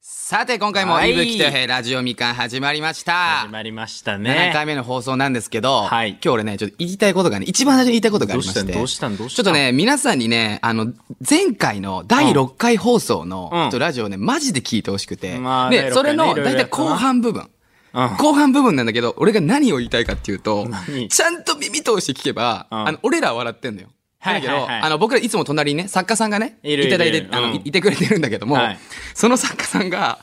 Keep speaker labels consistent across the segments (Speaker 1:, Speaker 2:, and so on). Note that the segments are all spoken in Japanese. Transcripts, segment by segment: Speaker 1: さて、今回も、
Speaker 2: はい
Speaker 1: いぶきとよへいラジオみかん始まりました
Speaker 2: 始。まりました
Speaker 1: 7
Speaker 2: ね。
Speaker 1: 回目の放送なんですけど、
Speaker 2: はい
Speaker 1: 今日俺ね、ちょっと言いたいことがね、一番最初に言いたいことがありまして。
Speaker 2: どうしたんどうしたんどうしたん
Speaker 1: ちょっとね、皆さんにね、あの、前回の第6回放送の、
Speaker 2: うん
Speaker 1: ちょっとラジオをね、マジで聞いてほしくて。
Speaker 2: まあ第
Speaker 1: で、
Speaker 2: 六
Speaker 1: それ
Speaker 2: 回ね
Speaker 1: の、
Speaker 2: いろいろ
Speaker 1: だいた
Speaker 2: や
Speaker 1: い
Speaker 2: った
Speaker 1: 後
Speaker 2: な
Speaker 1: 半部分。
Speaker 2: うん
Speaker 1: 後半部分なんだけど、俺が何を言いたいかっていうと
Speaker 2: 何、
Speaker 1: ちゃんと耳通して聞けば、
Speaker 2: うん
Speaker 1: あの、俺らは笑ってんのよ。
Speaker 2: はいはいはい
Speaker 1: だけど、あの、僕らいつも隣にね、作家さんがね、
Speaker 2: いるいる
Speaker 1: ただいて、
Speaker 2: いる
Speaker 1: あの、
Speaker 2: うん
Speaker 1: いてくれてるんだけども、
Speaker 2: はい
Speaker 1: その作家さんが、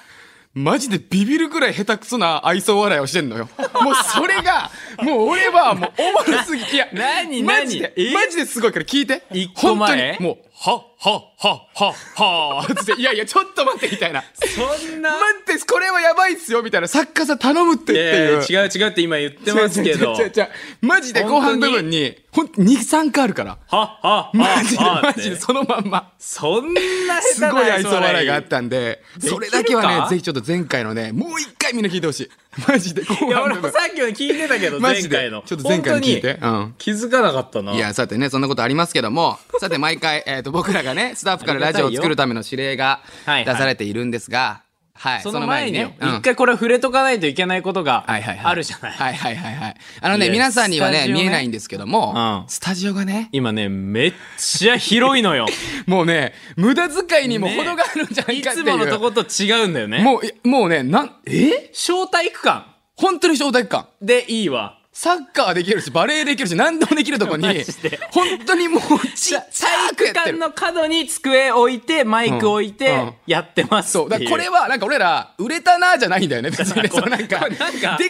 Speaker 1: マジでビビるくらい下手くそな愛想笑いをしてんのよ。 もうそれが、もう俺はもうおもろすぎ。いや、
Speaker 2: な何
Speaker 1: マジで、
Speaker 2: 何え
Speaker 1: マジですごいから聞いて。
Speaker 2: 一個
Speaker 1: 本
Speaker 2: 前
Speaker 1: 当に、もう、は、は、は、は、は、つって、いやいや、ちょっと待って、みたいな。
Speaker 2: そんな
Speaker 1: 待って、これはやばいっすよ、みたいな。作家さん頼むってっていう。
Speaker 2: いやいや違う違うって今言ってますけ ど。
Speaker 1: 違う違う違う違うマジで後半部分に、ほんと2、3回あるから。
Speaker 2: はっはっはっ
Speaker 1: マジで、
Speaker 2: は
Speaker 1: マ
Speaker 2: って
Speaker 1: ジで、そのまん ま。
Speaker 2: そんな
Speaker 1: すごい愛想笑いがあっ
Speaker 2: い
Speaker 1: たんで、
Speaker 2: きるか
Speaker 1: それだけはね、ぜひちょっと前回のね、もう一回みんな聞いて ほしい。マジで、後
Speaker 2: や、
Speaker 1: 半
Speaker 2: 俺
Speaker 1: 部
Speaker 2: も
Speaker 1: 分
Speaker 2: さ。っきまで聞いてたけど、
Speaker 1: マ
Speaker 2: 前
Speaker 1: ジで
Speaker 2: 回の。
Speaker 1: ちょっと前回の聞いて
Speaker 2: 本当に
Speaker 1: うん
Speaker 2: 気づかなかったな。
Speaker 1: いや、さてね、そんなことありますけど も、さて毎回、えっと、僕らがね、スタッフからラジオを作るための指令が
Speaker 2: はい
Speaker 1: 出
Speaker 2: はい
Speaker 1: されているんですが、はい、
Speaker 2: その前にね、
Speaker 1: うん
Speaker 2: 一回これ触れとかないといけないことが
Speaker 1: はいはいはい、
Speaker 2: あるじゃない。
Speaker 1: はいはいはいはい。あの
Speaker 2: い
Speaker 1: ね、
Speaker 2: や
Speaker 1: 皆さんには
Speaker 2: スタ
Speaker 1: ね、
Speaker 2: ジオね
Speaker 1: 見えないんですけども、
Speaker 2: うん
Speaker 1: スタジオがね、
Speaker 2: 今ね、めっちゃ広 いのよ。
Speaker 1: もうね、無駄遣いにも程があるんじゃない
Speaker 2: い
Speaker 1: かってい
Speaker 2: つ
Speaker 1: う。
Speaker 2: ものとこと違うんだよね。
Speaker 1: もう、いもうね、なん、え
Speaker 2: 小体育館
Speaker 1: 本当に小体育館。
Speaker 2: でいいわ。
Speaker 1: サッカーできるし、バレーできるし、何でもできるとこに
Speaker 2: マジで、
Speaker 1: 本当にもう、ちっちゃくやって
Speaker 2: 館
Speaker 1: る。
Speaker 2: の角に机置いて、マイク置い
Speaker 1: うんうん
Speaker 2: て、やってます
Speaker 1: そう。
Speaker 2: って
Speaker 1: だ
Speaker 2: い
Speaker 1: か
Speaker 2: う。
Speaker 1: らこれは、なんか俺ら、売れたなじゃないんだよね、別にね。
Speaker 2: だ
Speaker 1: そ
Speaker 2: か
Speaker 1: う
Speaker 2: ら
Speaker 1: なん
Speaker 2: これ
Speaker 1: か、
Speaker 2: こ
Speaker 1: で
Speaker 2: れ
Speaker 1: っか
Speaker 2: なん
Speaker 1: く
Speaker 2: か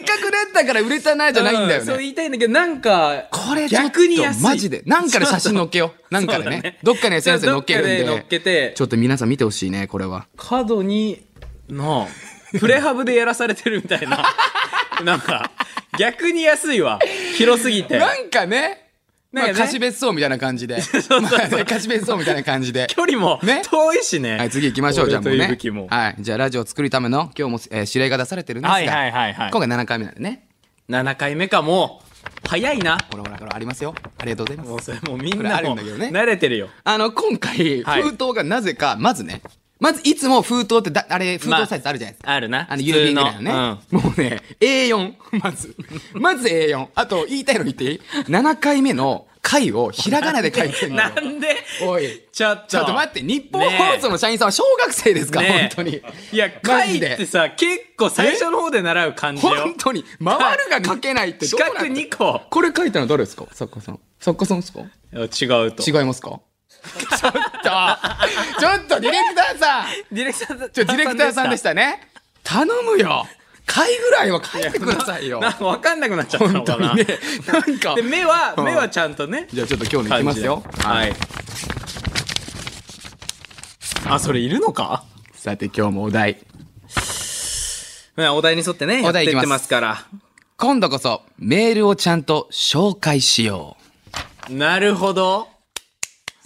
Speaker 1: なったから売れたなじゃないんだよ
Speaker 2: うそう
Speaker 1: ね。
Speaker 2: 言いたいんだけど、なんか、
Speaker 1: これちょっと
Speaker 2: 逆に安い。
Speaker 1: マジで。なんかで写真載っけよう。なんかで
Speaker 2: そうだ
Speaker 1: ね
Speaker 2: ね。
Speaker 1: どっかの SNS に載っけるん
Speaker 2: どっかで載
Speaker 1: で
Speaker 2: っ。けて
Speaker 1: ちょっと皆さん見てほしいね、これは。
Speaker 2: 角に、 なあ、プレハブでやらされてるみたいな。なんか、逆に安いわ。広すぎて。
Speaker 1: なんかね、ま
Speaker 2: なんか
Speaker 1: あ、
Speaker 2: ね
Speaker 1: 貸別荘みたいな感じで。
Speaker 2: そうそう
Speaker 1: まあ貸別荘みたいな感じで。
Speaker 2: 距離も
Speaker 1: ね
Speaker 2: 遠いしね。
Speaker 1: はい、次行きましょう、じゃあもう
Speaker 2: 俺と伊
Speaker 1: ね
Speaker 2: 吹も。
Speaker 1: はい、じゃあラジオを作るための、今日も、えー指令が出されてるんですが、
Speaker 2: はいはいはいはい
Speaker 1: 今回7回目なんでね。
Speaker 2: 7回目かも。早いな。
Speaker 1: ほらほらほら、ありますよ。ありがとうござい
Speaker 2: も
Speaker 1: ま
Speaker 2: う
Speaker 1: す。
Speaker 2: それもうみん
Speaker 1: これ
Speaker 2: な
Speaker 1: あるん
Speaker 2: も
Speaker 1: だけどね
Speaker 2: 慣れてるよ。
Speaker 1: あの、今回、
Speaker 2: はい
Speaker 1: 封筒がなぜか、まずね、まずいつも封筒ってだ、あれ、封筒サイズあるじゃないですか。
Speaker 2: あるな。
Speaker 1: あの郵便ぐらいのね
Speaker 2: 普通
Speaker 1: もうね A4 まずまず A4 あと言いたいの言っていい7回目の回をひらがなで書いて
Speaker 2: うんん。
Speaker 1: のよ
Speaker 2: なんで
Speaker 1: おい
Speaker 2: ちょっと。
Speaker 1: ちょっと待って日本放送の社員さんは小学生ですか、
Speaker 2: ねえ
Speaker 1: 本当に
Speaker 2: いや、
Speaker 1: マ
Speaker 2: 回
Speaker 1: ジ
Speaker 2: っ
Speaker 1: で
Speaker 2: てさ、結構最初の方で習う漢字よ
Speaker 1: 本。当に回るが書けないってど
Speaker 2: 四
Speaker 1: うなって
Speaker 2: 角2個。
Speaker 1: これ書いたの誰ですか作家さん作家さんですか
Speaker 2: 違うと。
Speaker 1: 違いますかちょっとちょっとディレクターさん
Speaker 2: ディレクターさん
Speaker 1: ちょディレクターさんでし。たね頼むよ回ぐらいは書いてくださいよ
Speaker 2: なんか分かんなくなっちゃったの
Speaker 1: 本
Speaker 2: か
Speaker 1: 当
Speaker 2: な。
Speaker 1: にねなんか
Speaker 2: で、目は、
Speaker 1: うん
Speaker 2: 目はちゃんとね。
Speaker 1: じゃあちょっと今日のいきますよ
Speaker 2: 感じではい。あ、それいるのか
Speaker 1: さて今日もお題
Speaker 2: ねお題に沿ってね、
Speaker 1: お
Speaker 2: やって
Speaker 1: 題
Speaker 2: い
Speaker 1: いきます
Speaker 2: ってますから。
Speaker 1: 今度こそメールをちゃんと紹介しよう
Speaker 2: なるほど。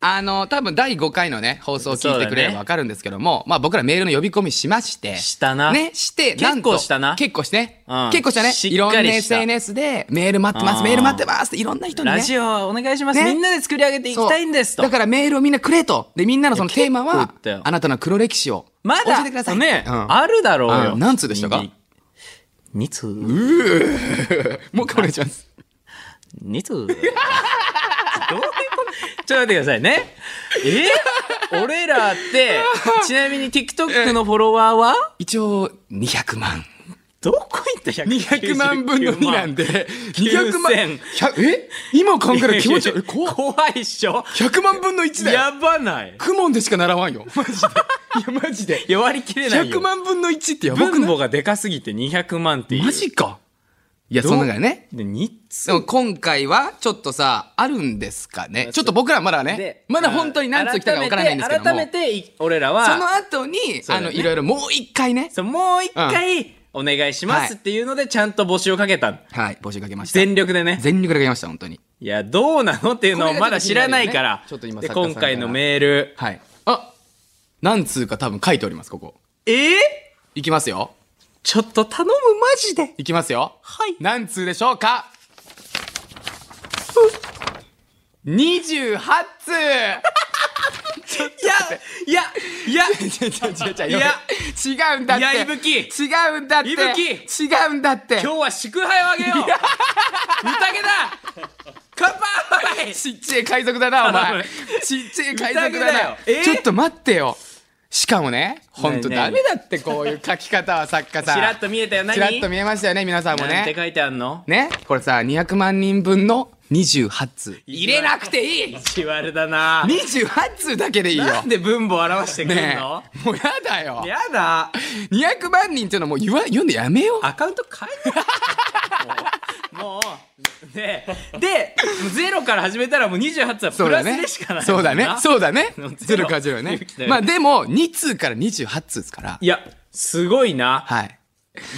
Speaker 1: あの多分第5回のね放送を聞いてくれれ
Speaker 2: そうだ
Speaker 1: ば
Speaker 2: ね
Speaker 1: 分かるんですけども、まあ僕らメールの呼び込みしまして
Speaker 2: したな
Speaker 1: ねして
Speaker 2: 結構
Speaker 1: なんと
Speaker 2: したな
Speaker 1: 結構してね、
Speaker 2: うん
Speaker 1: 結構したね
Speaker 2: し
Speaker 1: いろ
Speaker 2: っ
Speaker 1: んな
Speaker 2: かりした
Speaker 1: SNS でメール待ってます
Speaker 2: うん
Speaker 1: メール待ってますっていろんな人にね
Speaker 2: ラジオお願いします、
Speaker 1: ね
Speaker 2: みんなで作り上げていきたいんですと
Speaker 1: そうだからメールをみんなくれとでみんなのそのテーマ
Speaker 2: いや結
Speaker 1: は
Speaker 2: 構言ったよ
Speaker 1: あなたの黒歴史を教
Speaker 2: まだ
Speaker 1: えてくださいって
Speaker 2: ね、
Speaker 1: うん
Speaker 2: あるだろう
Speaker 1: あ
Speaker 2: よ
Speaker 1: 何通でしたか
Speaker 2: 2通
Speaker 1: もう一回お願いします
Speaker 2: 2 通どういうことちょっと待ってくださいねえ俺らってちなみに TikTok のフォロワーは
Speaker 1: 一応200万
Speaker 2: どこ行った
Speaker 1: 100万分の2なん
Speaker 2: で
Speaker 1: で200万
Speaker 2: 9000
Speaker 1: 100え今考える気持ち悪い怖っ
Speaker 2: 怖いっしょ
Speaker 1: 100万分の1だよ
Speaker 2: やばない
Speaker 1: クモンでしか習わんよ。マジで。いや、マジで。
Speaker 2: や割り切れないよ
Speaker 1: 100万分の1ってやばく
Speaker 2: 分
Speaker 1: ない
Speaker 2: 母がでかすぎて200万っていう
Speaker 1: マジか。いや、そんなからね。
Speaker 2: で2通
Speaker 1: でも今回は、ちょっとさ、あるんですかね。ちょっと僕らまだね
Speaker 2: で、
Speaker 1: まだ本当に何通来たかわからないんですけども
Speaker 2: 改。めて改めてい俺らは
Speaker 1: その後に、
Speaker 2: そう
Speaker 1: あ
Speaker 2: だよね
Speaker 1: の、いろいろもう一回ね。
Speaker 2: そうもう一回、お願いしますっていうので、ちゃんと募集をかけた。
Speaker 1: はい、募集かけました。
Speaker 2: 全力でね。
Speaker 1: 全力でかけました、本当に。
Speaker 2: いや、どうなのっていうのを
Speaker 1: これが
Speaker 2: まだ知らないから。
Speaker 1: ちょっと気になるよね
Speaker 2: で、
Speaker 1: ちょっと今
Speaker 2: 今回のメール。
Speaker 1: はい。あ何通か多分書いております、ここ。
Speaker 2: えー、
Speaker 1: いきますよ。
Speaker 2: ちょっと頼む、マジで。
Speaker 1: いきますよ。
Speaker 2: はい
Speaker 1: 何通でしょうか ?28 通
Speaker 2: いや、いや、いや、
Speaker 1: 違う違う違う
Speaker 2: いや
Speaker 1: 違うんだって
Speaker 2: いやいぶき
Speaker 1: 違うんだって
Speaker 2: いぶき
Speaker 1: 違うんだって
Speaker 2: 今日は祝杯をあげよう。宴だ。乾杯。
Speaker 1: ちっちゃい海賊だなお
Speaker 2: 頼む
Speaker 1: 前ちっちゃい海賊だな
Speaker 2: 見た目だよえ
Speaker 1: ちょっと待ってよしかもねほんと
Speaker 2: ねえね
Speaker 1: ダ
Speaker 2: え
Speaker 1: メだってこういう書き方は作家さん
Speaker 2: ちらっと見えたよ、何
Speaker 1: ちらっと見えましたよね皆さんも
Speaker 2: なんて
Speaker 1: ね
Speaker 2: 書いてあんの
Speaker 1: ねこれさ200万人分の28通
Speaker 2: 意
Speaker 1: 入
Speaker 2: 地
Speaker 1: れ
Speaker 2: 悪
Speaker 1: なくていい
Speaker 2: 意地悪だな。
Speaker 1: 28通だけでいいよ
Speaker 2: なんで分母を表してくる
Speaker 1: ね
Speaker 2: の、
Speaker 1: えもうやだよ
Speaker 2: やだ。
Speaker 1: 200万人っていうのはもう言わ読んでやめよう
Speaker 2: アカウント変えたもうもうねでゼロから始めたらもう28は
Speaker 1: そ
Speaker 2: プ
Speaker 1: うだ
Speaker 2: ラスで
Speaker 1: ね
Speaker 2: しかない
Speaker 1: そうだねそうだね
Speaker 2: ゼロ
Speaker 1: ゼロかゼロね
Speaker 2: 勇気だよ
Speaker 1: まあでも2通から28通ですから
Speaker 2: いやすごいな
Speaker 1: はい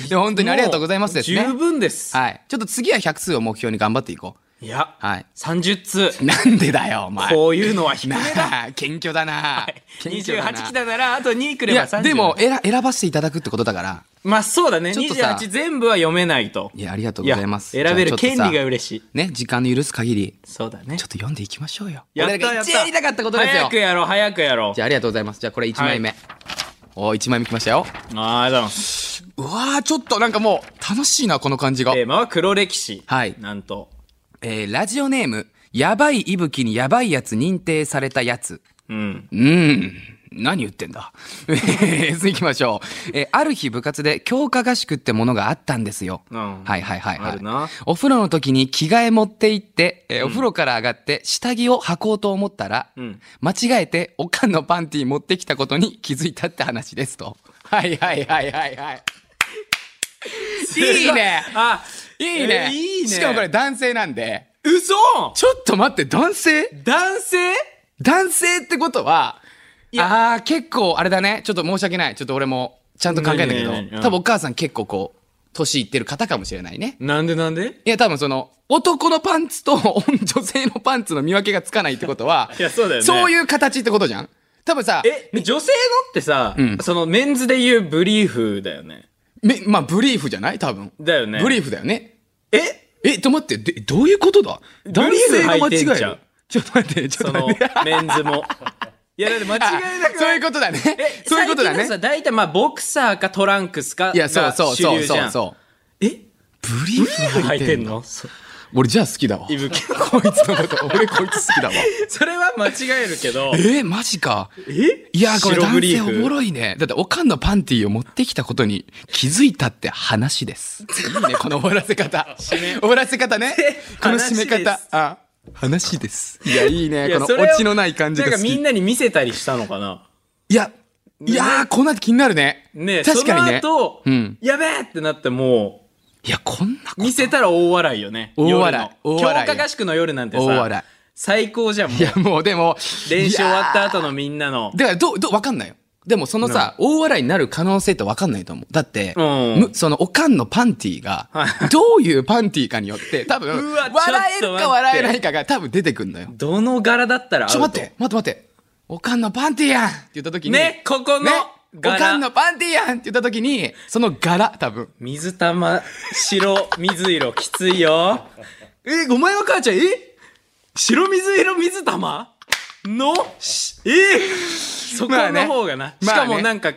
Speaker 1: で本当にありがとうございますですね
Speaker 2: もう十分です、
Speaker 1: はいちょっと次は100通を目標に頑張っていこ
Speaker 2: い、や、
Speaker 1: うはい
Speaker 2: 30通
Speaker 1: なんでだよお前
Speaker 2: こういうのは低め
Speaker 1: な
Speaker 2: だ
Speaker 1: あ 謙虚だな 謙虚だな
Speaker 2: 28来たならあと2く
Speaker 1: い
Speaker 2: れば
Speaker 1: や
Speaker 2: 30
Speaker 1: でも選選ばせていただくってことだから
Speaker 2: まあそうだね
Speaker 1: ちょっとさ
Speaker 2: 28全部は読めないと
Speaker 1: いやありがとうございます
Speaker 2: や選べる
Speaker 1: じゃあ
Speaker 2: 権
Speaker 1: ちょっとさ
Speaker 2: 利が嬉しい
Speaker 1: ね時間の許す限り
Speaker 2: そうだね
Speaker 1: ちょっと読んでいきましょうよ
Speaker 2: やった
Speaker 1: 俺らが
Speaker 2: やっ
Speaker 1: 一
Speaker 2: た
Speaker 1: 番やりたかったことですよ
Speaker 2: 早くやろう早くやろ
Speaker 1: じゃあありがとうございますじゃあこれ1枚目、おー1枚目きましたよ
Speaker 2: うあありがとうございます
Speaker 1: うわーちょっとなんかもう楽しいなこの感じが
Speaker 2: テーマは黒歴史
Speaker 1: はい
Speaker 2: なんと
Speaker 1: えーラジオネーム、やばい息吹にやばいやつ認定されたやつ。
Speaker 2: うん
Speaker 1: うーん。何言ってんだ。 えー次行きましょう。えーある日部活で強化合宿ってものがあったんですよ。
Speaker 2: うん
Speaker 1: はいはいはい、はい。
Speaker 2: あるな
Speaker 1: お風呂の時に着替え持って行って、えーお風呂から上がって下着を履こうと思ったら、
Speaker 2: ん
Speaker 1: 間違えておかんのパンティ持ってきたことに気づいたって話ですと。 はいはいはいはいはい。いいね
Speaker 2: あ、
Speaker 1: いいね,、
Speaker 2: えいいね。
Speaker 1: しかもこれ、男性なんで、
Speaker 2: 嘘
Speaker 1: ちょっと待って、男性
Speaker 2: 男性
Speaker 1: 男性ってことは、
Speaker 2: い
Speaker 1: ああー、結構あれだね。ちょっと申し訳ない。ちょっと俺もちゃんと考えたけど
Speaker 2: 何々、何
Speaker 1: 多分お母さん結構こう、年いってる方かもしれないね。
Speaker 2: なんでなんで
Speaker 1: いや、多分その、男のパンツと女性のパンツの見分けがつかないってことは、
Speaker 2: いやそうだよね
Speaker 1: そういう形ってことじゃん多分さ、
Speaker 2: え、女性のってさ、
Speaker 1: ん
Speaker 2: そのメンズで言うブリーフだよね。
Speaker 1: めまあ、ブリーフじゃない多分。
Speaker 2: だよね
Speaker 1: ブリーフだよね。
Speaker 2: え
Speaker 1: え、ちょっと待って、でどういうことだ男性が間違え
Speaker 2: ブリーフ履いてんじゃ
Speaker 1: る
Speaker 2: ん
Speaker 1: ちょっと待って、ちょ
Speaker 2: そ
Speaker 1: っと待
Speaker 2: の
Speaker 1: って。
Speaker 2: メン ズも。いや、だって間違いなくない。
Speaker 1: そういうことだね
Speaker 2: え。
Speaker 1: そういうことだ
Speaker 2: 最
Speaker 1: ね
Speaker 2: 近の。さ、大体まあボクサーかトランクスか
Speaker 1: い
Speaker 2: が主流
Speaker 1: や、
Speaker 2: じゃ
Speaker 1: そ
Speaker 2: ん。
Speaker 1: うそうそうそうそう。
Speaker 2: え
Speaker 1: ブリーフ
Speaker 2: 履
Speaker 1: 履
Speaker 2: い
Speaker 1: い
Speaker 2: て
Speaker 1: て
Speaker 2: ん
Speaker 1: んの
Speaker 2: のそう
Speaker 1: 俺じゃあ好きだわ。こ
Speaker 2: い
Speaker 1: い
Speaker 2: ぶき。
Speaker 1: つのこと、俺こいつ好きだわ。
Speaker 2: それは間 違えるけど
Speaker 1: え。ー、マジか。
Speaker 2: え
Speaker 1: いやー、これ
Speaker 2: 白ブ
Speaker 1: 男
Speaker 2: リ
Speaker 1: 性
Speaker 2: ー
Speaker 1: お
Speaker 2: フ
Speaker 1: もろいね。だって、おかんのパンティーを持ってきたことに気づいたって話です。いいね、この終わらせ方。終わらせ方 ね。この締め
Speaker 2: 話で
Speaker 1: 方
Speaker 2: す。
Speaker 1: あ、話です。いや、いいね。
Speaker 2: い
Speaker 1: こ
Speaker 2: や
Speaker 1: の
Speaker 2: それを
Speaker 1: オチのない感じが
Speaker 2: な
Speaker 1: 好
Speaker 2: んかみ
Speaker 1: き。
Speaker 2: ん
Speaker 1: い
Speaker 2: なに見せたりしたのかな
Speaker 1: や、いやー、こんな気になるね。
Speaker 2: ね
Speaker 1: 確かにね。
Speaker 2: その後、
Speaker 1: うん
Speaker 2: やべえってなっても
Speaker 1: いや、こんな
Speaker 2: う、
Speaker 1: こ
Speaker 2: 見せたら大笑いよね。
Speaker 1: 大笑い
Speaker 2: 夜の
Speaker 1: 大笑い
Speaker 2: 強化合宿の夜なんてさ、
Speaker 1: 大笑い
Speaker 2: 最高じゃん、もう
Speaker 1: い。や、もうでも。
Speaker 2: 練習終わっ
Speaker 1: いや
Speaker 2: た
Speaker 1: ー
Speaker 2: 後のみんなの。
Speaker 1: だからどう、どう、わかんないよ。でもそのさ、大笑いになる可能性ってわかんないと思う。だって、
Speaker 2: うん
Speaker 1: むそのおかんのパンティーが
Speaker 2: は、
Speaker 1: どういうパンティーかによって、多分、
Speaker 2: うわちょっと待っ
Speaker 1: 笑え
Speaker 2: て
Speaker 1: るか笑えないかが多分出てくんのよ。
Speaker 2: どの柄だったらアウ
Speaker 1: ち
Speaker 2: ト
Speaker 1: ょ、待って、待って待って。おかんのパンティーやんって言った時に。
Speaker 2: ねここの
Speaker 1: ねお
Speaker 2: 柄
Speaker 1: かんのパンティーやんって言った時に、その柄、多分。
Speaker 2: 水玉、白、水色、きつ いよ。え、お前の母ちゃん、え白水色、水玉のしえそこ
Speaker 1: まあ
Speaker 2: の
Speaker 1: ね
Speaker 2: 方がな。し
Speaker 1: まあね
Speaker 2: かもなんか、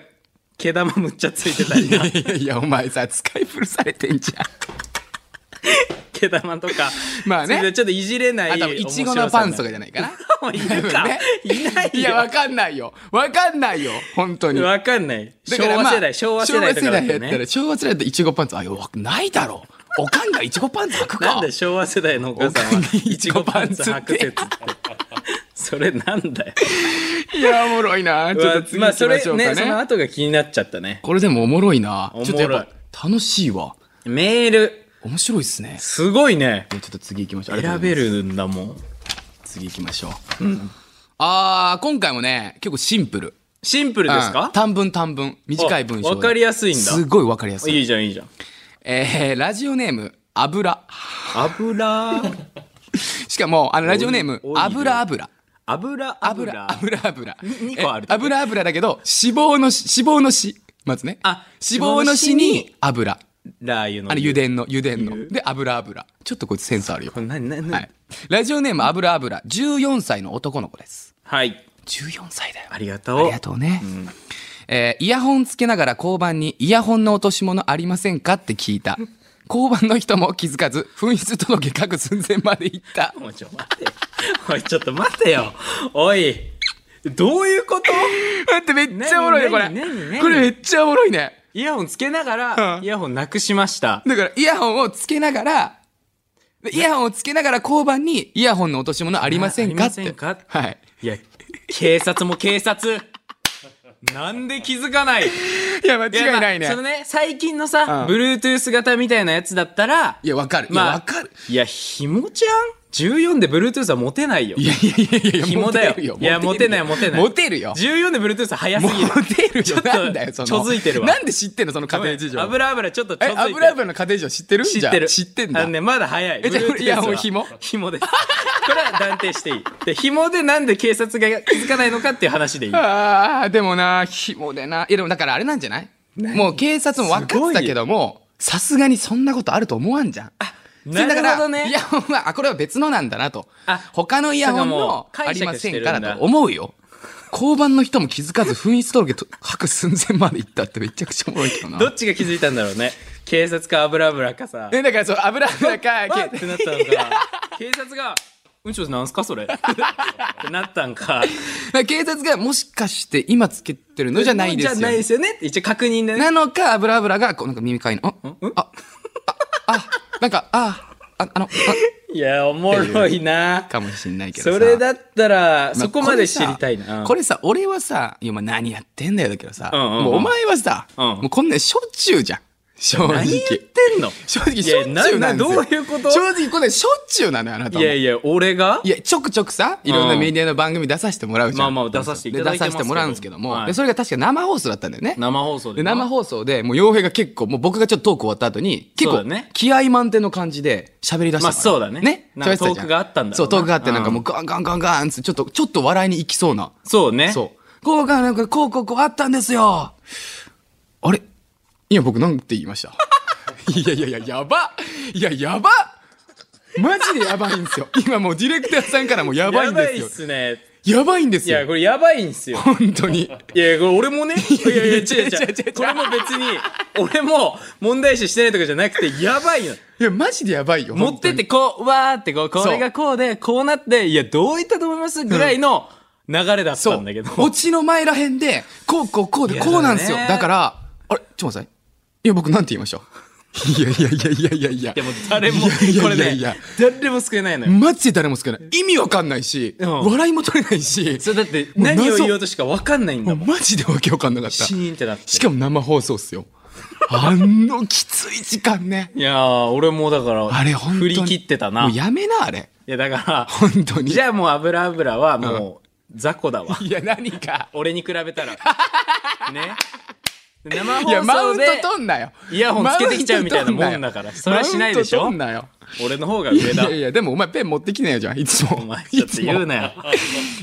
Speaker 2: 毛玉むっちゃついてたり
Speaker 1: いや
Speaker 2: な。
Speaker 1: いやいや、お前さ、使い古されてんじゃん。
Speaker 2: 毛玉とか。
Speaker 1: まあね
Speaker 2: それでちょっといじれない。
Speaker 1: あ、多分、 いちごのパンツと
Speaker 2: が。
Speaker 1: かじゃないかな。
Speaker 2: いるか、
Speaker 1: ね
Speaker 2: いない よ。
Speaker 1: いや、わかんないよ。わかんないよ。本当に。
Speaker 2: わかんない。
Speaker 1: だ
Speaker 2: 昭
Speaker 1: からま
Speaker 2: 和
Speaker 1: あ
Speaker 2: 世代、昭和世代とかだ
Speaker 1: 昭和世代や
Speaker 2: よ
Speaker 1: った
Speaker 2: ね
Speaker 1: ら、。昭和世代だといちごパンツ、あ、よくないだろう。おかんがいちごパンツ履くか。
Speaker 2: なんで昭和世代のお母さん
Speaker 1: お
Speaker 2: は
Speaker 1: かんに
Speaker 2: いちごパンツ履く説って。それな んだよ。
Speaker 1: いや、おもろいな。ちょっと次
Speaker 2: まあ
Speaker 1: 行き
Speaker 2: そ
Speaker 1: ま
Speaker 2: れ
Speaker 1: しょう
Speaker 2: ね、
Speaker 1: か
Speaker 2: その
Speaker 1: ね。
Speaker 2: 後が気になっちゃったね。
Speaker 1: これでもおもろいな。
Speaker 2: おもろい
Speaker 1: ちょっとやっぱ、楽しいわ。
Speaker 2: メール、
Speaker 1: 面白いっすね。
Speaker 2: すごいね。
Speaker 1: ちょっと次行きましょう。
Speaker 2: 選べ
Speaker 1: る。
Speaker 2: るんだもん。
Speaker 1: 次行きましょう。あー、今回もね、結構シンプル。
Speaker 2: シンプルですか、
Speaker 1: うん短文短文短い文章
Speaker 2: あわかりやすいんだ
Speaker 1: すごいわかりやすい
Speaker 2: いいじゃんいいじゃん
Speaker 1: えーラジオネーム油
Speaker 2: 油
Speaker 1: しかもあのラジオネーム
Speaker 2: 多いね
Speaker 1: 油油
Speaker 2: 油
Speaker 1: 油
Speaker 2: 油
Speaker 1: 油油
Speaker 2: に 二
Speaker 1: え
Speaker 2: 個あるってこと
Speaker 1: 油油だけど脂肪のし脂肪の脂まずね
Speaker 2: あ
Speaker 1: 脂肪の脂に油
Speaker 2: ラー油の
Speaker 1: あの油田の油田の
Speaker 2: 油
Speaker 1: で油油ちょっとこいつセンスあるよ
Speaker 2: これ何何何
Speaker 1: はいラジオネーム油油14歳の男の子です
Speaker 2: はい
Speaker 1: 14歳だよ
Speaker 2: ありがとう
Speaker 1: ありがとうね、えーイヤホンつけながら交番にイヤホンの落とし物ありませんかって聞いた交番の人も気づかず紛失届書く寸前まで行った
Speaker 2: おいちょっと待てよおいちょっと待てよおいどういうこと
Speaker 1: 待ってめっちゃおもろいねこれ
Speaker 2: 何何何
Speaker 1: これめっちゃおもろいね
Speaker 2: イヤホンつけながら、
Speaker 1: うん
Speaker 2: イヤホンなくしました
Speaker 1: だからイヤホンをつけながらでイヤホンをつけながら交番にイヤホンの落とし物ありませんかって
Speaker 2: あありませんか
Speaker 1: はい
Speaker 2: いや警察も警察なんで気づかない
Speaker 1: いや間違いない
Speaker 2: やまあその
Speaker 1: ね
Speaker 2: ね、最近のさ、
Speaker 1: うん
Speaker 2: Bluetooth 型みたいなやつだったら、
Speaker 1: いやわかるいやわかる
Speaker 2: いや、ひもちゃん ?14 で Bluetooth は持てないよ。
Speaker 1: いやいやいやいや
Speaker 2: 紐だよ
Speaker 1: モテる
Speaker 2: いやモテないモテない
Speaker 1: モテるよ
Speaker 2: 14で Bluetooth は早す
Speaker 1: モ
Speaker 2: ぎる。
Speaker 1: テる
Speaker 2: ちょ
Speaker 1: よ
Speaker 2: っと
Speaker 1: なんだよその
Speaker 2: ちょづいてるわ
Speaker 1: なんで知ってんのその家庭事情え
Speaker 2: 油油ちょっとちょづいてる。
Speaker 1: 油油の家庭事情知ってる
Speaker 2: 知
Speaker 1: じ
Speaker 2: っ
Speaker 1: ゃあ
Speaker 2: てる。
Speaker 1: 知ってん
Speaker 2: あ
Speaker 1: だ
Speaker 2: のね、まだ早い。
Speaker 1: えじゃあ
Speaker 2: Bluetooth は
Speaker 1: イヤホン紐
Speaker 2: 紐です。これは断定していい。で、紐でなんで警察が気づかないのかっていう話でいい。
Speaker 1: あーでもな紐でないやでもだからあれなんじゃないもう警察も分かってたけどもさすがにそんなことあると思わんじゃん
Speaker 2: な
Speaker 1: だか
Speaker 2: る
Speaker 1: ら
Speaker 2: ほどね
Speaker 1: イヤホンはあこれは別のなんだなと
Speaker 2: あ
Speaker 1: 他のイヤホンの
Speaker 2: それ
Speaker 1: あ
Speaker 2: も
Speaker 1: りません
Speaker 2: 解釈して
Speaker 1: か
Speaker 2: る
Speaker 1: ら
Speaker 2: んだ
Speaker 1: と思うよ交番の人も気づかず紛失届と吐く寸前まで行ったってめちゃくちゃおもろいけどな
Speaker 2: どっちが気づいたんだろうね。警察か油油かさ。
Speaker 1: えだからそう油油か
Speaker 2: わっ
Speaker 1: け
Speaker 2: てなったのか警察が「うんちょなんすかそれ」ってなったんか
Speaker 1: 警察がもしかして今つけてるのじゃないです
Speaker 2: じゃ
Speaker 1: よ
Speaker 2: ないですよねって一応確認でね
Speaker 1: なのか、油油が、こう、なんか耳かいの、あ、あ、あ、あ、なんか、あ、あ、あの、
Speaker 2: いやおもろいな
Speaker 1: あ、かもしんないけどさ。
Speaker 2: それだったら
Speaker 1: まあ、
Speaker 2: そこまで知りたい
Speaker 1: これさ,、
Speaker 2: な
Speaker 1: 俺はさ、いや、お前何やってんだよだけどさ、
Speaker 2: うんうんうん
Speaker 1: もうお前はさ、
Speaker 2: うん
Speaker 1: もうこんなんしょっちゅうじゃん。正直。
Speaker 2: 何言ってんの
Speaker 1: 正直しょっちゅうなんですよ。
Speaker 2: いやななどういうこと
Speaker 1: 正直こんなんしょっちゅうなのよ、あなたも。
Speaker 2: いやいや俺が
Speaker 1: いや、ちょくちょくさ、いろんな
Speaker 2: うん
Speaker 1: メディアの番組出させてもらうじゃん。
Speaker 2: まあまあ出させていただいてます
Speaker 1: で出させてもらうんですけども、
Speaker 2: はい
Speaker 1: でそれが確か生放送だったんだよね。
Speaker 2: 生放送
Speaker 1: で
Speaker 2: で
Speaker 1: 生放送で、もう洋平が結構、もう僕がちょっとトーク終わった後に、結
Speaker 2: そう
Speaker 1: 構、
Speaker 2: だね
Speaker 1: 気合満点の感じで喋り出したから
Speaker 2: まあそうだね
Speaker 1: ね。
Speaker 2: なんか
Speaker 1: 喋ってじゃ
Speaker 2: トークがあったんだろうな
Speaker 1: そう、トークがあって、
Speaker 2: うん
Speaker 1: なんかもうガンガンガンガンっつって、ちょっと、ちょっと笑いに行きそうな。
Speaker 2: そうね
Speaker 1: そう。こうが、なんか、こうこうこうあったんですよ。あれ今僕なんて言いました いやいやいや、やばいや、やばマジでやばいんですよ。今もうディレクターさんからもや
Speaker 2: や
Speaker 1: ばいん
Speaker 2: ばい
Speaker 1: で
Speaker 2: っ
Speaker 1: す
Speaker 2: すね
Speaker 1: よ。やばいんです
Speaker 2: いや
Speaker 1: よ。
Speaker 2: これやばいんすよ
Speaker 1: 本当に。
Speaker 2: いやこれ俺もねいやいや違う違う
Speaker 1: 違う違う違う
Speaker 2: これも別に俺も問題視してないとかじゃなくてやばいの
Speaker 1: いや、マジでやばいよ。
Speaker 2: 持ってってこう、わーってこう、これがこうで、こうなって、いや、どういったと思いますぐらいの流れだっ
Speaker 1: そ
Speaker 2: た
Speaker 1: うん
Speaker 2: だけど。
Speaker 1: オチの前らへんで、こうこうこうで、こうなんですよ。
Speaker 2: いやだね
Speaker 1: だから、あれ、ちょっと待ってください。いや、僕なんて言いましたいやいやいやいやいやいや。
Speaker 2: でも誰も、
Speaker 1: いやいやいや
Speaker 2: これね
Speaker 1: いや、
Speaker 2: 誰も救えないのよ。
Speaker 1: マジで誰も少ない。意味わかんないし、
Speaker 2: うん
Speaker 1: 笑いも取れないし、
Speaker 2: それだって、
Speaker 1: もう
Speaker 2: 何を
Speaker 1: 謎
Speaker 2: 言おうとしか分かんないんだもん。
Speaker 1: マジでわけわかんなかった。
Speaker 2: シーンってなって。
Speaker 1: しかも生放送っすよ。あのきつい時間ね。
Speaker 2: いやー、俺もだから、
Speaker 1: あれ本当
Speaker 2: 振
Speaker 1: に。
Speaker 2: り切ってたな。
Speaker 1: もう
Speaker 2: い
Speaker 1: やめな、あれ。
Speaker 2: や、だから、
Speaker 1: 本当に。
Speaker 2: じゃあもう油油はもう、雑魚だわ。
Speaker 1: いや、何か。
Speaker 2: 俺に比 べたら。ね。生
Speaker 1: いや、マ
Speaker 2: 放
Speaker 1: ウ
Speaker 2: 送
Speaker 1: ン
Speaker 2: で
Speaker 1: ト取んなよ。
Speaker 2: イヤホンつけてきちゃうみたいなもんだからそれはしないでしょ
Speaker 1: マウント取んなよ。
Speaker 2: 俺の方が
Speaker 1: いや
Speaker 2: 上
Speaker 1: い
Speaker 2: だ
Speaker 1: や。いや、でもお前ペン持ってきてないじゃん、いつも。
Speaker 2: お前、ちょっと言うなよ。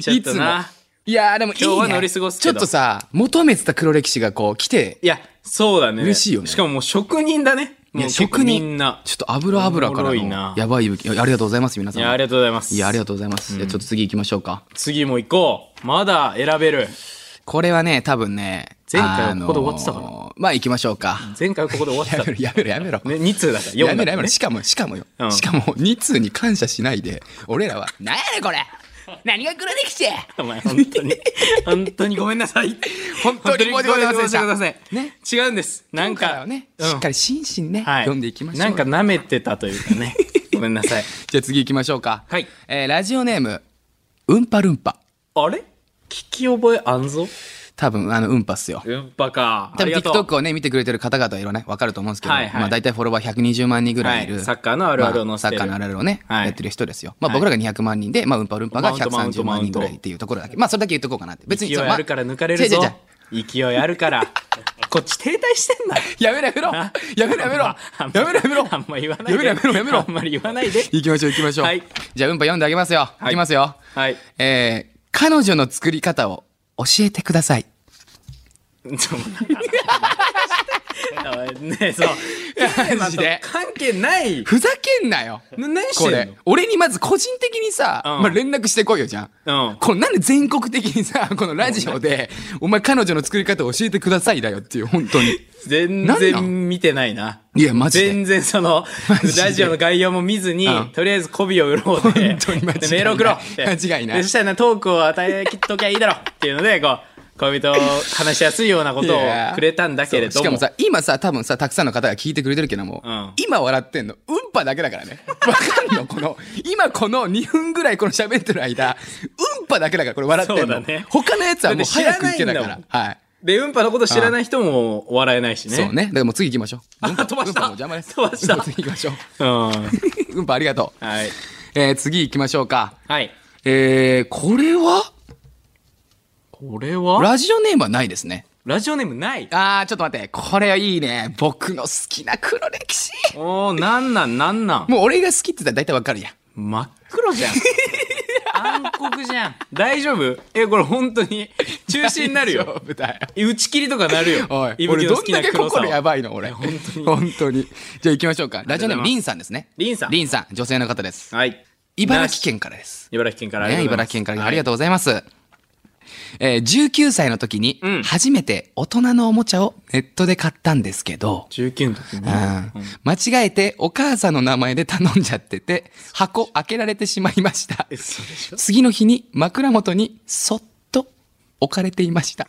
Speaker 2: ちょっ
Speaker 1: い
Speaker 2: と
Speaker 1: つも
Speaker 2: な。。
Speaker 1: いやーでもいいね。
Speaker 2: 今日は乗り過ごすけど
Speaker 1: ちょっとさ、求めてた黒歴史がこう来て、
Speaker 2: いや、そうだね。
Speaker 1: 嬉しいよね
Speaker 2: しかももう職人だね。もう結構みんな。
Speaker 1: ちょっと油油から
Speaker 2: おもろいな
Speaker 1: の、やばい勇気。いやありがとうございます、皆
Speaker 2: い
Speaker 1: さん。
Speaker 2: や、ありがとうございます。
Speaker 1: いやありがとうございます。じゃあちょっと次行きましょうか。
Speaker 2: 次も行こう。まだ選べる。
Speaker 1: これはね、多分ね、
Speaker 2: 前回はここで終わってたから
Speaker 1: あのーまあ行きましょうか。
Speaker 2: 前回はここで終わって
Speaker 1: や
Speaker 2: た。
Speaker 1: め
Speaker 2: ね、
Speaker 1: ろ、やめろ、やめろ。
Speaker 2: 2通だから。4
Speaker 1: やめろや
Speaker 2: だか
Speaker 1: め
Speaker 2: らね
Speaker 1: ろ。しかも、しかもよ。
Speaker 2: うん
Speaker 1: しかも、2通に感謝しないで、俺らは、なんやねんこれ何が黒歴史
Speaker 2: お前、本 当に。本当にごめんなさい。
Speaker 1: 本当に
Speaker 2: ごめんなさい。
Speaker 1: ごめんなさい
Speaker 2: ね。違うんです。なん
Speaker 1: 今回
Speaker 2: か
Speaker 1: は。ね、
Speaker 2: うん
Speaker 1: しっかり真摯にね、
Speaker 2: はい。
Speaker 1: 読んでいきましょう。
Speaker 2: なんか舐めてたというか ね。ごめんなさい。
Speaker 1: じゃあ次行きましょうか。
Speaker 2: はい
Speaker 1: えーラジオネーム、うんぱるんぱ。
Speaker 2: あれ聞き覚えあんぞ
Speaker 1: 多分、あの、うんぱっすよ。
Speaker 2: うんぱか。
Speaker 1: 多分
Speaker 2: ありがとう。
Speaker 1: TikTok をね、見てくれてる方々いろね、わかると思うんですけど、
Speaker 2: はいはい
Speaker 1: まあ大体フォロワー120万人ぐらいいる。
Speaker 2: はいサッカーのあるあるを
Speaker 1: ま
Speaker 2: 載せてる
Speaker 1: サッカーのあるあるをね、
Speaker 2: はい
Speaker 1: やってる人ですよ。まあ
Speaker 2: はい
Speaker 1: 僕らが200万人で、まあうんぱるんぱが
Speaker 2: マウントマウント
Speaker 1: 130万人ぐらいっていうところだけ。まあそれだけ言っとこうかなって。別に
Speaker 2: 勢い
Speaker 1: そのま
Speaker 2: あるから抜かれ
Speaker 1: 違
Speaker 2: る
Speaker 1: う違う違
Speaker 2: ぞ
Speaker 1: う。
Speaker 2: 勢いあ るから。こっち停滞してん だよ。
Speaker 1: やめろやめろやめろやめろ
Speaker 2: あんま
Speaker 1: やめろやめろ
Speaker 2: あんま言わないで。
Speaker 1: やめろやめろやめろ
Speaker 2: あんまり言わないで。
Speaker 1: 行きましょう行きましょう。
Speaker 2: はい
Speaker 1: じゃあうんぱ読んであげますよ。
Speaker 2: い
Speaker 1: い、きますよ。
Speaker 2: はい。
Speaker 1: えー、彼女の作り方を教えてください。
Speaker 2: ちょお前ねえ、そう。
Speaker 1: マジで
Speaker 2: 関係ない。
Speaker 1: ふざけんなよ
Speaker 2: な何し
Speaker 1: こ
Speaker 2: てん
Speaker 1: れ
Speaker 2: の
Speaker 1: 俺にまず個人的にさ、
Speaker 2: うん
Speaker 1: まあ、連絡してこいよじゃん、
Speaker 2: うん
Speaker 1: これなんで全国的にさこのラジオでお前彼女の作り方を教えてくださいだよっていう本当に
Speaker 2: 全
Speaker 1: 何なの
Speaker 2: 然見てないな。
Speaker 1: いやマジで
Speaker 2: 全然その
Speaker 1: マジ、で
Speaker 2: ラジオの概要も見ずに
Speaker 1: うん、
Speaker 2: とりあえず媚びを売ろうで、
Speaker 1: 本当に間違いない
Speaker 2: でメール送ろうって。
Speaker 1: 間違いない
Speaker 2: でそしたらねトークを与えときゃいいだろうっていうので、こう、恋人を話しやすいようなことを
Speaker 1: いや
Speaker 2: くれたんだけれども。
Speaker 1: そうしかもさ今さ多分さたくさんの方が聞いてくれてるけども、
Speaker 2: うん
Speaker 1: 今笑ってんのうんぱだけだからねわかんのこの今この2分ぐらいこの喋ってる間うんぱだけだからこれ笑ってんの、
Speaker 2: そうだね
Speaker 1: 他のやつはもう早くいけだか
Speaker 2: だ
Speaker 1: ら
Speaker 2: って知
Speaker 1: はい
Speaker 2: で、うんぱのこと知らない人も笑えないしね。
Speaker 1: そうねだからもう次行きましょう
Speaker 2: あ
Speaker 1: うんぱ
Speaker 2: 飛ばした
Speaker 1: うんぱもう邪魔です
Speaker 2: 飛ばした
Speaker 1: うん次行きましょ
Speaker 2: うん。
Speaker 1: う うんぱありがとう
Speaker 2: はい。
Speaker 1: えー、次行きましょうか。
Speaker 2: はい。
Speaker 1: えー、これは
Speaker 2: これは
Speaker 1: ラジオネームはないですね。
Speaker 2: ラジオネームない。
Speaker 1: あー、ちょっと待って。これはいいね。僕の好きな黒歴史。
Speaker 2: おー、なんなんなんなん。
Speaker 1: もう俺が好きって言ったら大体わかるやん。
Speaker 2: 真っ 黒じゃん。暗黒じゃん。大丈夫え、これ本当に中止に なるよ。。
Speaker 1: 舞台。
Speaker 2: 打ち切りとかなるよ。
Speaker 1: おい、
Speaker 2: ぶき
Speaker 1: 俺
Speaker 2: の
Speaker 1: ど
Speaker 2: 好
Speaker 1: ん
Speaker 2: きな
Speaker 1: だけ
Speaker 2: 黒さ
Speaker 1: 心や
Speaker 2: を。
Speaker 1: ばいの、俺。
Speaker 2: 本当に
Speaker 1: 本当に。じゃあ行きましょうか。ラジオネーム、
Speaker 2: あり
Speaker 1: リンさんですね。
Speaker 2: リンさん
Speaker 1: リンさん、女性の方です。
Speaker 2: はい。
Speaker 1: 茨城県からです。
Speaker 2: 茨城県からありが
Speaker 1: ね、
Speaker 2: とうござ
Speaker 1: 茨城
Speaker 2: います。
Speaker 1: 県からありが
Speaker 2: と
Speaker 1: とうございます。えー、19歳の時に
Speaker 2: うん、
Speaker 1: 初めて大人のおもちゃをネットで買ったんですけど、
Speaker 2: う。19の時にね。
Speaker 1: うん間違えてお母さんの名前で頼んじゃってて、箱開けられてしまいました。
Speaker 2: え、そうでしょ
Speaker 1: 次の日に枕元にそっと置かれていました。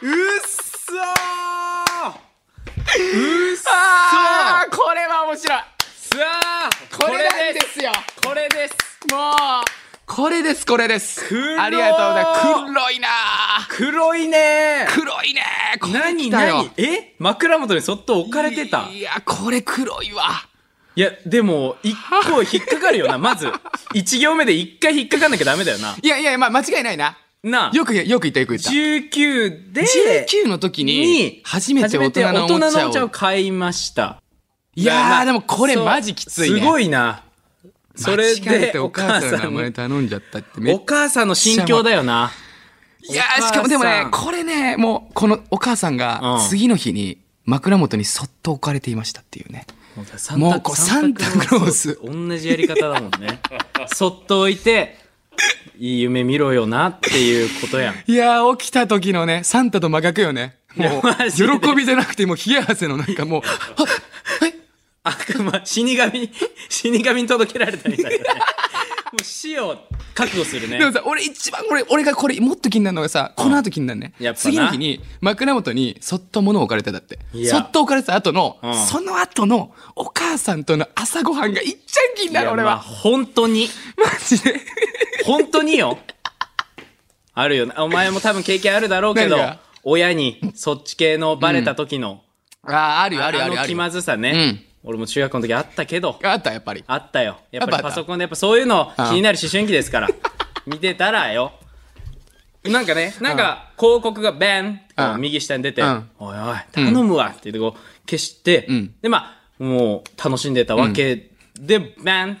Speaker 2: うっそー
Speaker 1: あーこれは面白い
Speaker 2: すわー
Speaker 1: これなん
Speaker 2: で
Speaker 1: ですすよ
Speaker 2: これです
Speaker 1: もうこれです、これです。
Speaker 2: 黒
Speaker 1: ありがとうございます。黒いなー
Speaker 2: 黒いねー
Speaker 1: 黒いねーこれ
Speaker 2: 何
Speaker 1: 来たよ
Speaker 2: 何え枕元にそっと置かれてた
Speaker 1: いや、これ黒いわ。
Speaker 2: いや、でも、一個引っかかる よな、まず。一行目で一回引っかかんなきゃダメだよな。
Speaker 1: いやいや、まあ間違いないな。
Speaker 2: なあ、
Speaker 1: よく、よく言ったよく言った。
Speaker 2: 19で、
Speaker 1: 19の時に、初めて大人のおも
Speaker 2: 初め
Speaker 1: ち
Speaker 2: て大人の
Speaker 1: ゃを
Speaker 2: 買いました。
Speaker 1: いやー、
Speaker 2: ま
Speaker 1: で
Speaker 2: あ
Speaker 1: もこれ
Speaker 2: そう
Speaker 1: マジきついね。
Speaker 2: すごいな。それ
Speaker 1: 間違えて
Speaker 2: で、
Speaker 1: お
Speaker 2: お
Speaker 1: 母
Speaker 2: 母
Speaker 1: さんの
Speaker 2: さ
Speaker 1: 名
Speaker 2: ん
Speaker 1: 前
Speaker 2: に、
Speaker 1: 頼んじゃったってめ
Speaker 2: お母さんの心境だよな。
Speaker 1: いや
Speaker 2: お母
Speaker 1: ー
Speaker 2: さん
Speaker 1: しかもでもね、これね、もう、このお母さんが
Speaker 2: うん
Speaker 1: 次の日に枕元にそっと置かれていましたっていうね。
Speaker 2: サ
Speaker 1: もうこうサンタクロース
Speaker 2: 同じやり方だもんね。 そっと置いて、いい夢見ろよなっていうこ とやん。
Speaker 1: いやー起きた時のね、サンタと真逆よね。もう、
Speaker 2: マジ
Speaker 1: 喜
Speaker 2: で
Speaker 1: びじゃなくて、もう冷や汗のなんか もう、あ
Speaker 2: 悪魔、死神、死神に届けられたみたいなね。 もう死を覚悟するね
Speaker 1: で。もさ、俺一番、俺、俺がこれ、もっと気になるのがさ、この後気になるね。
Speaker 2: やっぱな
Speaker 1: 次の日に、枕元に、そっと物を置かれてたって。
Speaker 2: いや
Speaker 1: そっと置かれてた後の、
Speaker 2: うん
Speaker 1: その後の、お母さんとの朝ごはんがいっちゃん気にないる、
Speaker 2: や
Speaker 1: 俺
Speaker 2: まあ
Speaker 1: は。
Speaker 2: 本当に、
Speaker 1: マジ で。
Speaker 2: 本当によ。あるよな。お前も多分経験あるだろうけど
Speaker 1: 何が、
Speaker 2: 親にそっち系のバレた時の、
Speaker 1: あー、あるよ、あ
Speaker 2: あ
Speaker 1: るよ、あるよ。
Speaker 2: の
Speaker 1: ある
Speaker 2: 気
Speaker 1: よ
Speaker 2: まずさね。俺も中学校の時あったけど、
Speaker 1: あった、やっぱり。
Speaker 2: あったよ。
Speaker 1: や
Speaker 2: やっぱ
Speaker 1: っ
Speaker 2: り
Speaker 1: ぱあ
Speaker 2: パ
Speaker 1: った
Speaker 2: ソコンでやっぱそういうの気
Speaker 1: ああ
Speaker 2: になる思春期ですから。見てたらよ。なんかね、なんか広告がバンってこ
Speaker 1: ああ
Speaker 2: う右下に出て
Speaker 1: うん、
Speaker 2: おいおい、頼むわって言ってこう消して
Speaker 1: ん、
Speaker 2: でまあ、もう楽しんでたわけで、バン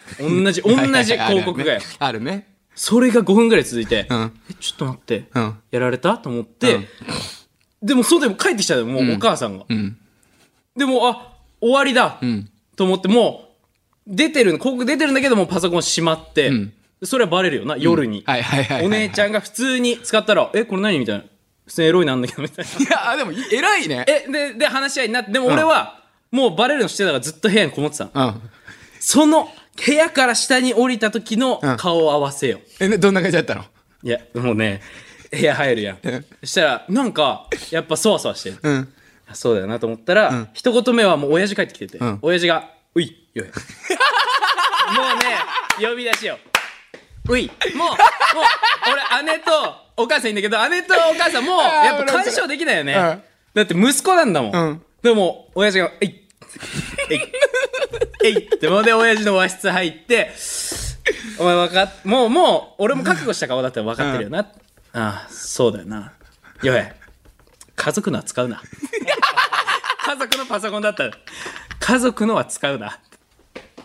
Speaker 2: 同じ、同じ広告がよ。
Speaker 1: あるね。
Speaker 2: それが5分ぐらい続いて、
Speaker 1: うん
Speaker 2: え、ちょっと待って、
Speaker 1: うん
Speaker 2: やられたと思って、でもそうでも帰ってきたよ、もうお母さんが。
Speaker 1: ん
Speaker 2: でも、あ、終わりだ、
Speaker 1: ん
Speaker 2: と思って、もう、出てる、広告出てるんだけども、パソコン閉まって、それはバレるよな、夜に。
Speaker 1: はいはいはいはいはい
Speaker 2: お姉ちゃんが普通に使ったら、え、これ何みたいな。普通にエロいなんだけど、み たいな。
Speaker 1: いやー、でも、偉いね。
Speaker 2: え、で、で、話し合いになって、でも俺は、もうバレるのしてたからずっと部屋にこもってたの。
Speaker 1: うん。
Speaker 2: その、部屋から下に降りた時の顔を合わせよ。
Speaker 1: え、ねどんな感じだったの
Speaker 2: いや、もうね、部屋入るやん
Speaker 1: うん。
Speaker 2: そしたら、なんか、やっぱそわそわしてる。
Speaker 1: うん。
Speaker 2: あそうだよなと思ったら、一言目はもう親父帰ってきてて、
Speaker 1: ん
Speaker 2: 親父が、うい、よい。もうね、呼び出しよ。うい、もう、俺姉とお母さんいんだけど姉とお母さんもうやっぱ干渉できないよね、
Speaker 1: うん
Speaker 2: だって息子なんだもん、
Speaker 1: うん
Speaker 2: でも親父が「えいえいえい」ってもうで親父の和室入って「お前分かっもうもう俺も覚悟した顔だったら分かってるよな、ああそうだよなよえ家族のは使うな家族のパソコンだったら家族のは使うな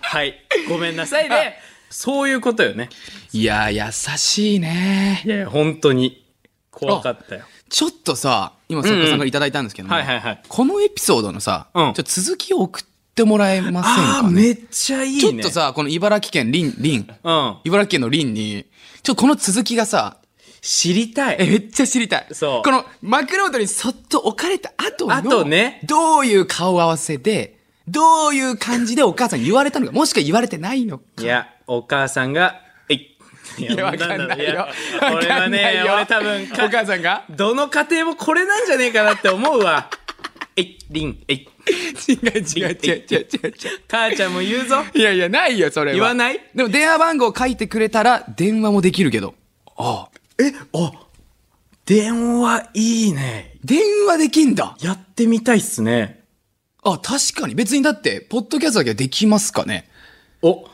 Speaker 2: はいごめんなさいねそういうことよね
Speaker 1: いや、優しいね。
Speaker 2: いやいや本当に怖かったよ
Speaker 1: ちょっとさ、今作家さんからいただいたんですけども、
Speaker 2: はいはいはい
Speaker 1: このエピソードのさ、
Speaker 2: うん
Speaker 1: ちょっと続きを送ってもらえませんか
Speaker 2: あー
Speaker 1: ね。
Speaker 2: めっちゃいいね
Speaker 1: ちょっとさ、この茨城県林、林、
Speaker 2: うん
Speaker 1: 茨城県の林に、ちょっとこの続きがさ、
Speaker 2: 知りた
Speaker 1: え
Speaker 2: い
Speaker 1: めっちゃ知りたい。
Speaker 2: そう
Speaker 1: この枕元にそっと置かれた後の、
Speaker 2: 後ね
Speaker 1: どういう顔合わせで、どういう感じでお母さんに言われたのか、もしくは言われてないのか。
Speaker 2: いやお母さんがえいい
Speaker 1: いや、わかんないよ。
Speaker 2: や俺は
Speaker 1: わかんない
Speaker 2: ね
Speaker 1: よ
Speaker 2: 俺多分
Speaker 1: お母さんが
Speaker 2: どの家庭もこれなんじゃねえかなって思うわ えいりんえい
Speaker 1: 違う違う違う違う違う違う。
Speaker 2: 母ちゃんも言うぞ
Speaker 1: いやいや、ないよ、それは。
Speaker 2: 言わない
Speaker 1: でも電話番号書いてくれたら、電話もできるけど。ああ。
Speaker 2: えあ電話いいね
Speaker 1: 電話できんだ。
Speaker 2: やってみたいっすね
Speaker 1: あ、確かに。別にだって、ポッドキャストだけはできますかね。
Speaker 2: お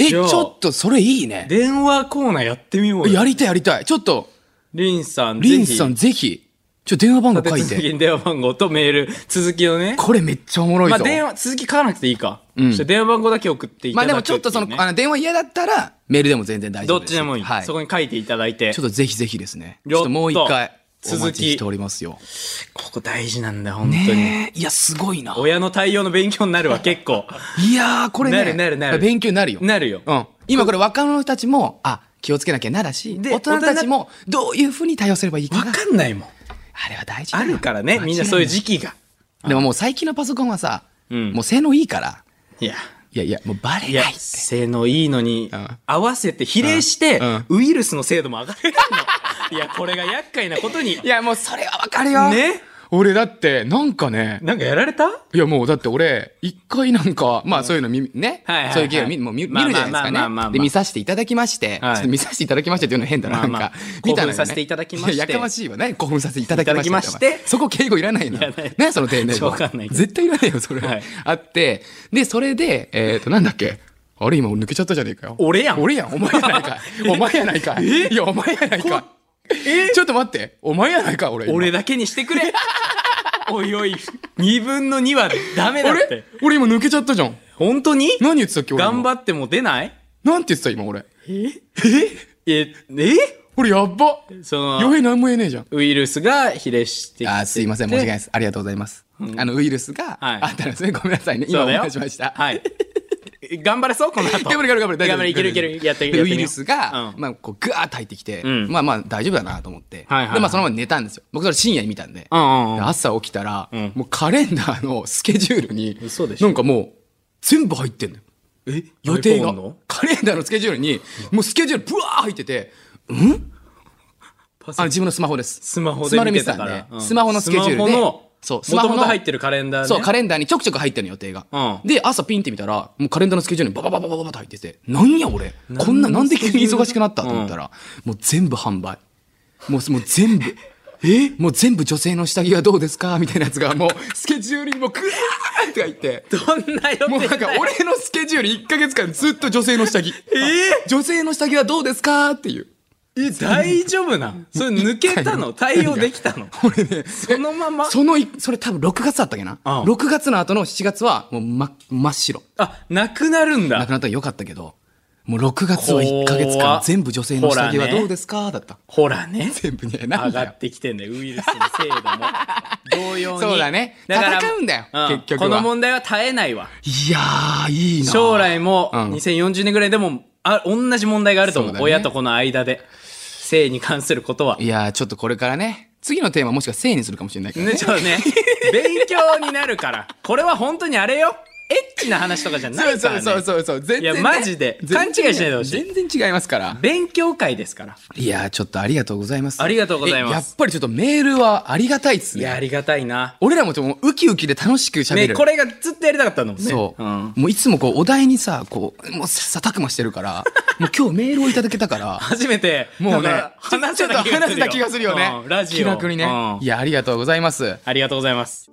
Speaker 1: え、
Speaker 2: し
Speaker 1: ち
Speaker 2: よう
Speaker 1: ょっと、それいいね。
Speaker 2: 電話コーナーやってみようよ
Speaker 1: やりたいやりたい。ちょっと、
Speaker 2: りんさん
Speaker 1: リンさん
Speaker 2: ぜ
Speaker 1: ぜひ、ちょ、電話番号
Speaker 2: ひ
Speaker 1: 書い
Speaker 2: 立て続
Speaker 1: て。
Speaker 2: けに電話番号とメール続きをね
Speaker 1: これめっちゃおもろい
Speaker 2: ま
Speaker 1: ぞ。
Speaker 2: あ電話続き書かなくていいか、そして電話番号だけ送ってい
Speaker 1: ま
Speaker 2: た
Speaker 1: あ
Speaker 2: だ
Speaker 1: でも
Speaker 2: く
Speaker 1: ちょっとその、
Speaker 2: ていうね
Speaker 1: あの、電話嫌だったら、メールでも全然大丈
Speaker 2: ど
Speaker 1: 夫
Speaker 2: っ
Speaker 1: です。
Speaker 2: ちでもいい、
Speaker 1: はい。ち
Speaker 2: そ
Speaker 1: ょ
Speaker 2: こに書いていただいて
Speaker 1: っとぜひぜひですね。ち
Speaker 2: やっ
Speaker 1: ょ
Speaker 2: と
Speaker 1: っともう一回、お
Speaker 2: 続
Speaker 1: 待ち
Speaker 2: き
Speaker 1: しておりますよ。
Speaker 2: ここ大事なんだ本当に、
Speaker 1: ねえいや、すごいな。
Speaker 2: 親の対応の勉強になるわ結構
Speaker 1: いやー、これね。
Speaker 2: なるなるなる
Speaker 1: 勉強になるよ。
Speaker 2: なるよ
Speaker 1: うん。今これ若者たちも、あ、気をつけなきゃならし、
Speaker 2: で
Speaker 1: 大人たちも、どういうふうに対応すればいいか
Speaker 2: わ
Speaker 1: が。
Speaker 2: かんないもん
Speaker 1: あれは大事だ
Speaker 2: あ
Speaker 1: よ
Speaker 2: るからねみんなそういう時期が
Speaker 1: でももう最近のパソコンはさ、
Speaker 2: うん
Speaker 1: もう性能いいから、
Speaker 2: いや
Speaker 1: いやいや、もうバレ
Speaker 2: いや
Speaker 1: ないって。
Speaker 2: 性能いいのに、
Speaker 1: うん
Speaker 2: 合わせて比例して、
Speaker 1: うん
Speaker 2: ウイルスの精度も上がるの いやこれが厄介なことに
Speaker 1: いや、もうそれはわかるよ。
Speaker 2: ね
Speaker 1: 俺だって、なんかね、
Speaker 2: なんかやられた
Speaker 1: いやもうだって俺、一回なんか、まあそういうの見、ね
Speaker 2: はいはいは、い
Speaker 1: そういうゲーム見もう見見
Speaker 2: まあ
Speaker 1: るじゃないです
Speaker 2: まあまあ
Speaker 1: か
Speaker 2: まあまあ
Speaker 1: ね。で、見させていただきまして、ち
Speaker 2: は
Speaker 1: ょ
Speaker 2: い
Speaker 1: っと見させていただきましてっていうのは変だな、
Speaker 2: まあ
Speaker 1: なん
Speaker 2: まあ
Speaker 1: か。 見たのよね
Speaker 2: 興奮させていただきまして
Speaker 1: いややかましいわね。興奮させていただきまして。
Speaker 2: いただきまして
Speaker 1: そこ敬語いらないの。
Speaker 2: いらない
Speaker 1: ね、その丁寧語
Speaker 2: わかんないけど
Speaker 1: 絶対いらないよ、それ
Speaker 2: はい。
Speaker 1: あって、で、それで、えっと、なんだっけ。あれ今抜けちゃったじゃねえかよ。
Speaker 2: 俺やん
Speaker 1: 俺やん、お前やないか い。お前やないかい。いや、お前やないかい。ちょっと待って。お前やないか、俺今。
Speaker 2: 俺だけにして くれおいおい2分の2はダメだっ
Speaker 1: あれ
Speaker 2: て
Speaker 1: 俺今抜けちゃったじゃん。
Speaker 2: 本当に
Speaker 1: 何言ってたっけ俺今
Speaker 2: 頑張っても出ない
Speaker 1: なんて言ってた今俺。
Speaker 2: ええ
Speaker 1: 俺やっば
Speaker 2: そ
Speaker 1: 余
Speaker 2: の
Speaker 1: 計何も言えねえじゃん。
Speaker 2: ウイルスが比例してきて
Speaker 1: あーすいません、申し訳ないです。ありがとうございます。あの、ウイルスが、
Speaker 2: はい
Speaker 1: あったらですね、ごめんなさいね。今
Speaker 2: そ
Speaker 1: お
Speaker 2: うだよ
Speaker 1: 願いしました。
Speaker 2: はい 頑張れそうこの 後
Speaker 1: 頑張れ頑張れ頑張れ。
Speaker 2: 頑張れいけるいけるやってやってみよう
Speaker 1: ウイルスが、
Speaker 2: うん
Speaker 1: まあ、こう、ぐわーっと入ってきて、
Speaker 2: ん
Speaker 1: まあまあ、大丈夫だなと思って。
Speaker 2: はいはいはい
Speaker 1: で、まあ、そのまま寝たんですよ。僕、それ深夜に見たんで。
Speaker 2: うんうんうん
Speaker 1: で朝起きたら、
Speaker 2: ん
Speaker 1: もうカレンダーのスケジュールに、
Speaker 2: 嘘でしょ
Speaker 1: なんかもう、全部入ってんのよ。
Speaker 2: え
Speaker 1: 予定が
Speaker 2: iPhone の。
Speaker 1: カレンダーのスケジュールに、もうスケジュール、ブワー入ってて、ん
Speaker 2: パソコン
Speaker 1: あの、自分のスマホです。
Speaker 2: スマホ
Speaker 1: ス
Speaker 2: で
Speaker 1: マル
Speaker 2: 見
Speaker 1: ミ
Speaker 2: て
Speaker 1: スさ
Speaker 2: た
Speaker 1: ん
Speaker 2: から
Speaker 1: で、
Speaker 2: うん
Speaker 1: スマホのスケジュールで。
Speaker 2: スマホの
Speaker 1: そう、ス
Speaker 2: も
Speaker 1: マ
Speaker 2: と
Speaker 1: ホ
Speaker 2: も
Speaker 1: の。
Speaker 2: と入ってるカレンダーね
Speaker 1: そう、カレンダーにちょくちょく入ってるの予定が。
Speaker 2: うん
Speaker 1: で、朝ピンって見たら、もうカレンダーのスケジュールにバババババババと入ってて、なんや俺、こんな、なんで急に忙しくなったと思ったら、もう全部販売。もう、もう全部。えもう全部女性の下着はどうですかみたいなやつが、もう、スケジュールにもう、ぐわーって入って。
Speaker 2: どんな予定
Speaker 1: もうなんか
Speaker 2: だよ
Speaker 1: 俺のスケジュール1ヶ月間ずっと女性の下着。女性の下着はどうですかっていう。
Speaker 2: え大丈夫なんそれ抜けたの対応できたの
Speaker 1: 俺ね、
Speaker 2: そのまま
Speaker 1: そのい、それ多分6月だったっけな。
Speaker 2: うん
Speaker 1: 6月の後の7月はもう真真っ白。
Speaker 2: あなくなるん
Speaker 1: な
Speaker 2: だ
Speaker 1: くなったらよかったけど、もう6月は1ヶ月
Speaker 2: 怖
Speaker 1: 間
Speaker 2: っ
Speaker 1: 全部女性の下着は
Speaker 2: ほらね
Speaker 1: どうですかだった。
Speaker 2: ほらね
Speaker 1: 全部ね、 なん
Speaker 2: 上が
Speaker 1: だよ
Speaker 2: っ。てきてんだよウイルスの精度も 同様に
Speaker 1: そうだね
Speaker 2: から
Speaker 1: 戦うんだよ結局は
Speaker 2: この問題は絶えないわ
Speaker 1: いやー、いいな
Speaker 2: 将来も
Speaker 1: うん
Speaker 2: 2040年ぐらいでもあ同じ問題があると思う
Speaker 1: そうだね
Speaker 2: 親と子の間で性に関することはい
Speaker 1: やー、ちょっとこれからね、次のテーマもしか 性にするかもしれないからね。
Speaker 2: ねちょっとね勉強になるからこれは本当にあれよエッッチな話とかじゃないから、
Speaker 1: そう
Speaker 2: ね、
Speaker 1: そうそうそうそう全
Speaker 2: い
Speaker 1: 然
Speaker 2: や
Speaker 1: ね、
Speaker 2: マジで
Speaker 1: 全然
Speaker 2: 勘違いしないでほしい
Speaker 1: 全然違いますから
Speaker 2: 勉強会ですから
Speaker 1: いやーちょっとありがとうございます
Speaker 2: ありがとうございます
Speaker 1: えやっぱりちょっとメールはありがたいっす
Speaker 2: いやあ
Speaker 1: ね
Speaker 2: りがたいな
Speaker 1: 俺らもちょっともうウキウキで楽しく喋る、
Speaker 2: ねこれがずっとやりたかったのもんね
Speaker 1: そう、
Speaker 2: ん
Speaker 1: もういつもこうお題にさこうもう切磋琢磨してるから もう今日メールをいただけたから
Speaker 2: 初めて
Speaker 1: もうね
Speaker 2: なんか話
Speaker 1: ち
Speaker 2: せ
Speaker 1: ょっと
Speaker 2: た気が
Speaker 1: 話
Speaker 2: するよ
Speaker 1: せた気がするよね、
Speaker 2: うんラジオ
Speaker 1: 気楽にね、
Speaker 2: うん
Speaker 1: いやありがとうございます
Speaker 2: ありがとうございます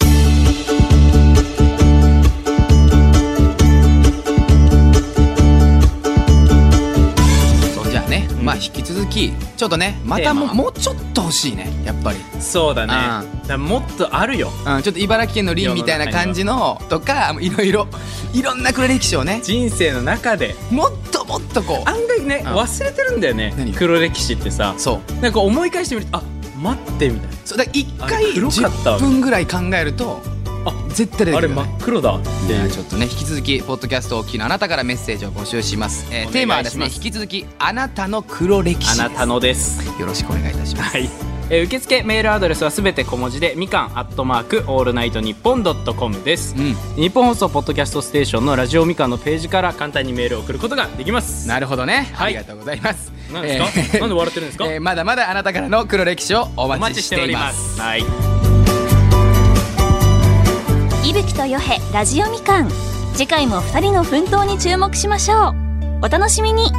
Speaker 1: そうじゃあね、まあ引き続きちょっとねまたも
Speaker 2: テーマ
Speaker 1: もうちょっと欲しいねやっぱり、
Speaker 2: そうだね
Speaker 1: うん
Speaker 2: だからもっとあるよ
Speaker 1: うん、ちょっと茨城県の林みたいな感じのとかいろいろいろんな黒歴史をね
Speaker 2: 人生の中で
Speaker 1: もっともっとこ
Speaker 2: 案外ね
Speaker 1: ん
Speaker 2: 忘れてるんだよね
Speaker 1: 何
Speaker 2: 黒歴史ってさ
Speaker 1: うそう
Speaker 2: なんか思い返してみるとあ待ってみたい
Speaker 1: そうだから一回
Speaker 2: あれ黒かったわ
Speaker 1: 10分ぐらい考えると
Speaker 2: あ
Speaker 1: 絶対出て
Speaker 2: な
Speaker 1: く
Speaker 2: あれ
Speaker 1: るよ
Speaker 2: 真
Speaker 1: ね
Speaker 2: っ黒だって
Speaker 1: い
Speaker 2: い
Speaker 1: や
Speaker 2: う
Speaker 1: ちょっとね引き続きポッドキャストをお聞きのあなたからメッセージを募集します、えー
Speaker 2: お願いします
Speaker 1: テーマはですね引き続きあなたの黒歴史
Speaker 2: あ
Speaker 1: です
Speaker 2: なたのです
Speaker 1: よろしくお願いいたします、
Speaker 2: はい、えー受付メールアドレスはすべて小文字でみかんアットマークオールナイトニッポンドットコムです、
Speaker 1: うん
Speaker 2: 日本放送ポッドキャストステーションのラジオみかんのページから簡単にメールを送ることができます
Speaker 1: なるほどね、
Speaker 2: はい
Speaker 1: ありがとうございます
Speaker 2: なんですかなんで笑ってるんです か
Speaker 1: えーまだまだあなたからの黒歴史をお
Speaker 2: お
Speaker 1: 待
Speaker 2: 待
Speaker 1: ち
Speaker 2: ち
Speaker 1: し
Speaker 2: して
Speaker 1: て
Speaker 2: お
Speaker 1: い
Speaker 2: り
Speaker 1: ま
Speaker 2: ますすはい
Speaker 3: 伊吹とよへラジオみかん次回も2人の奮闘に注目しましょうお楽しみに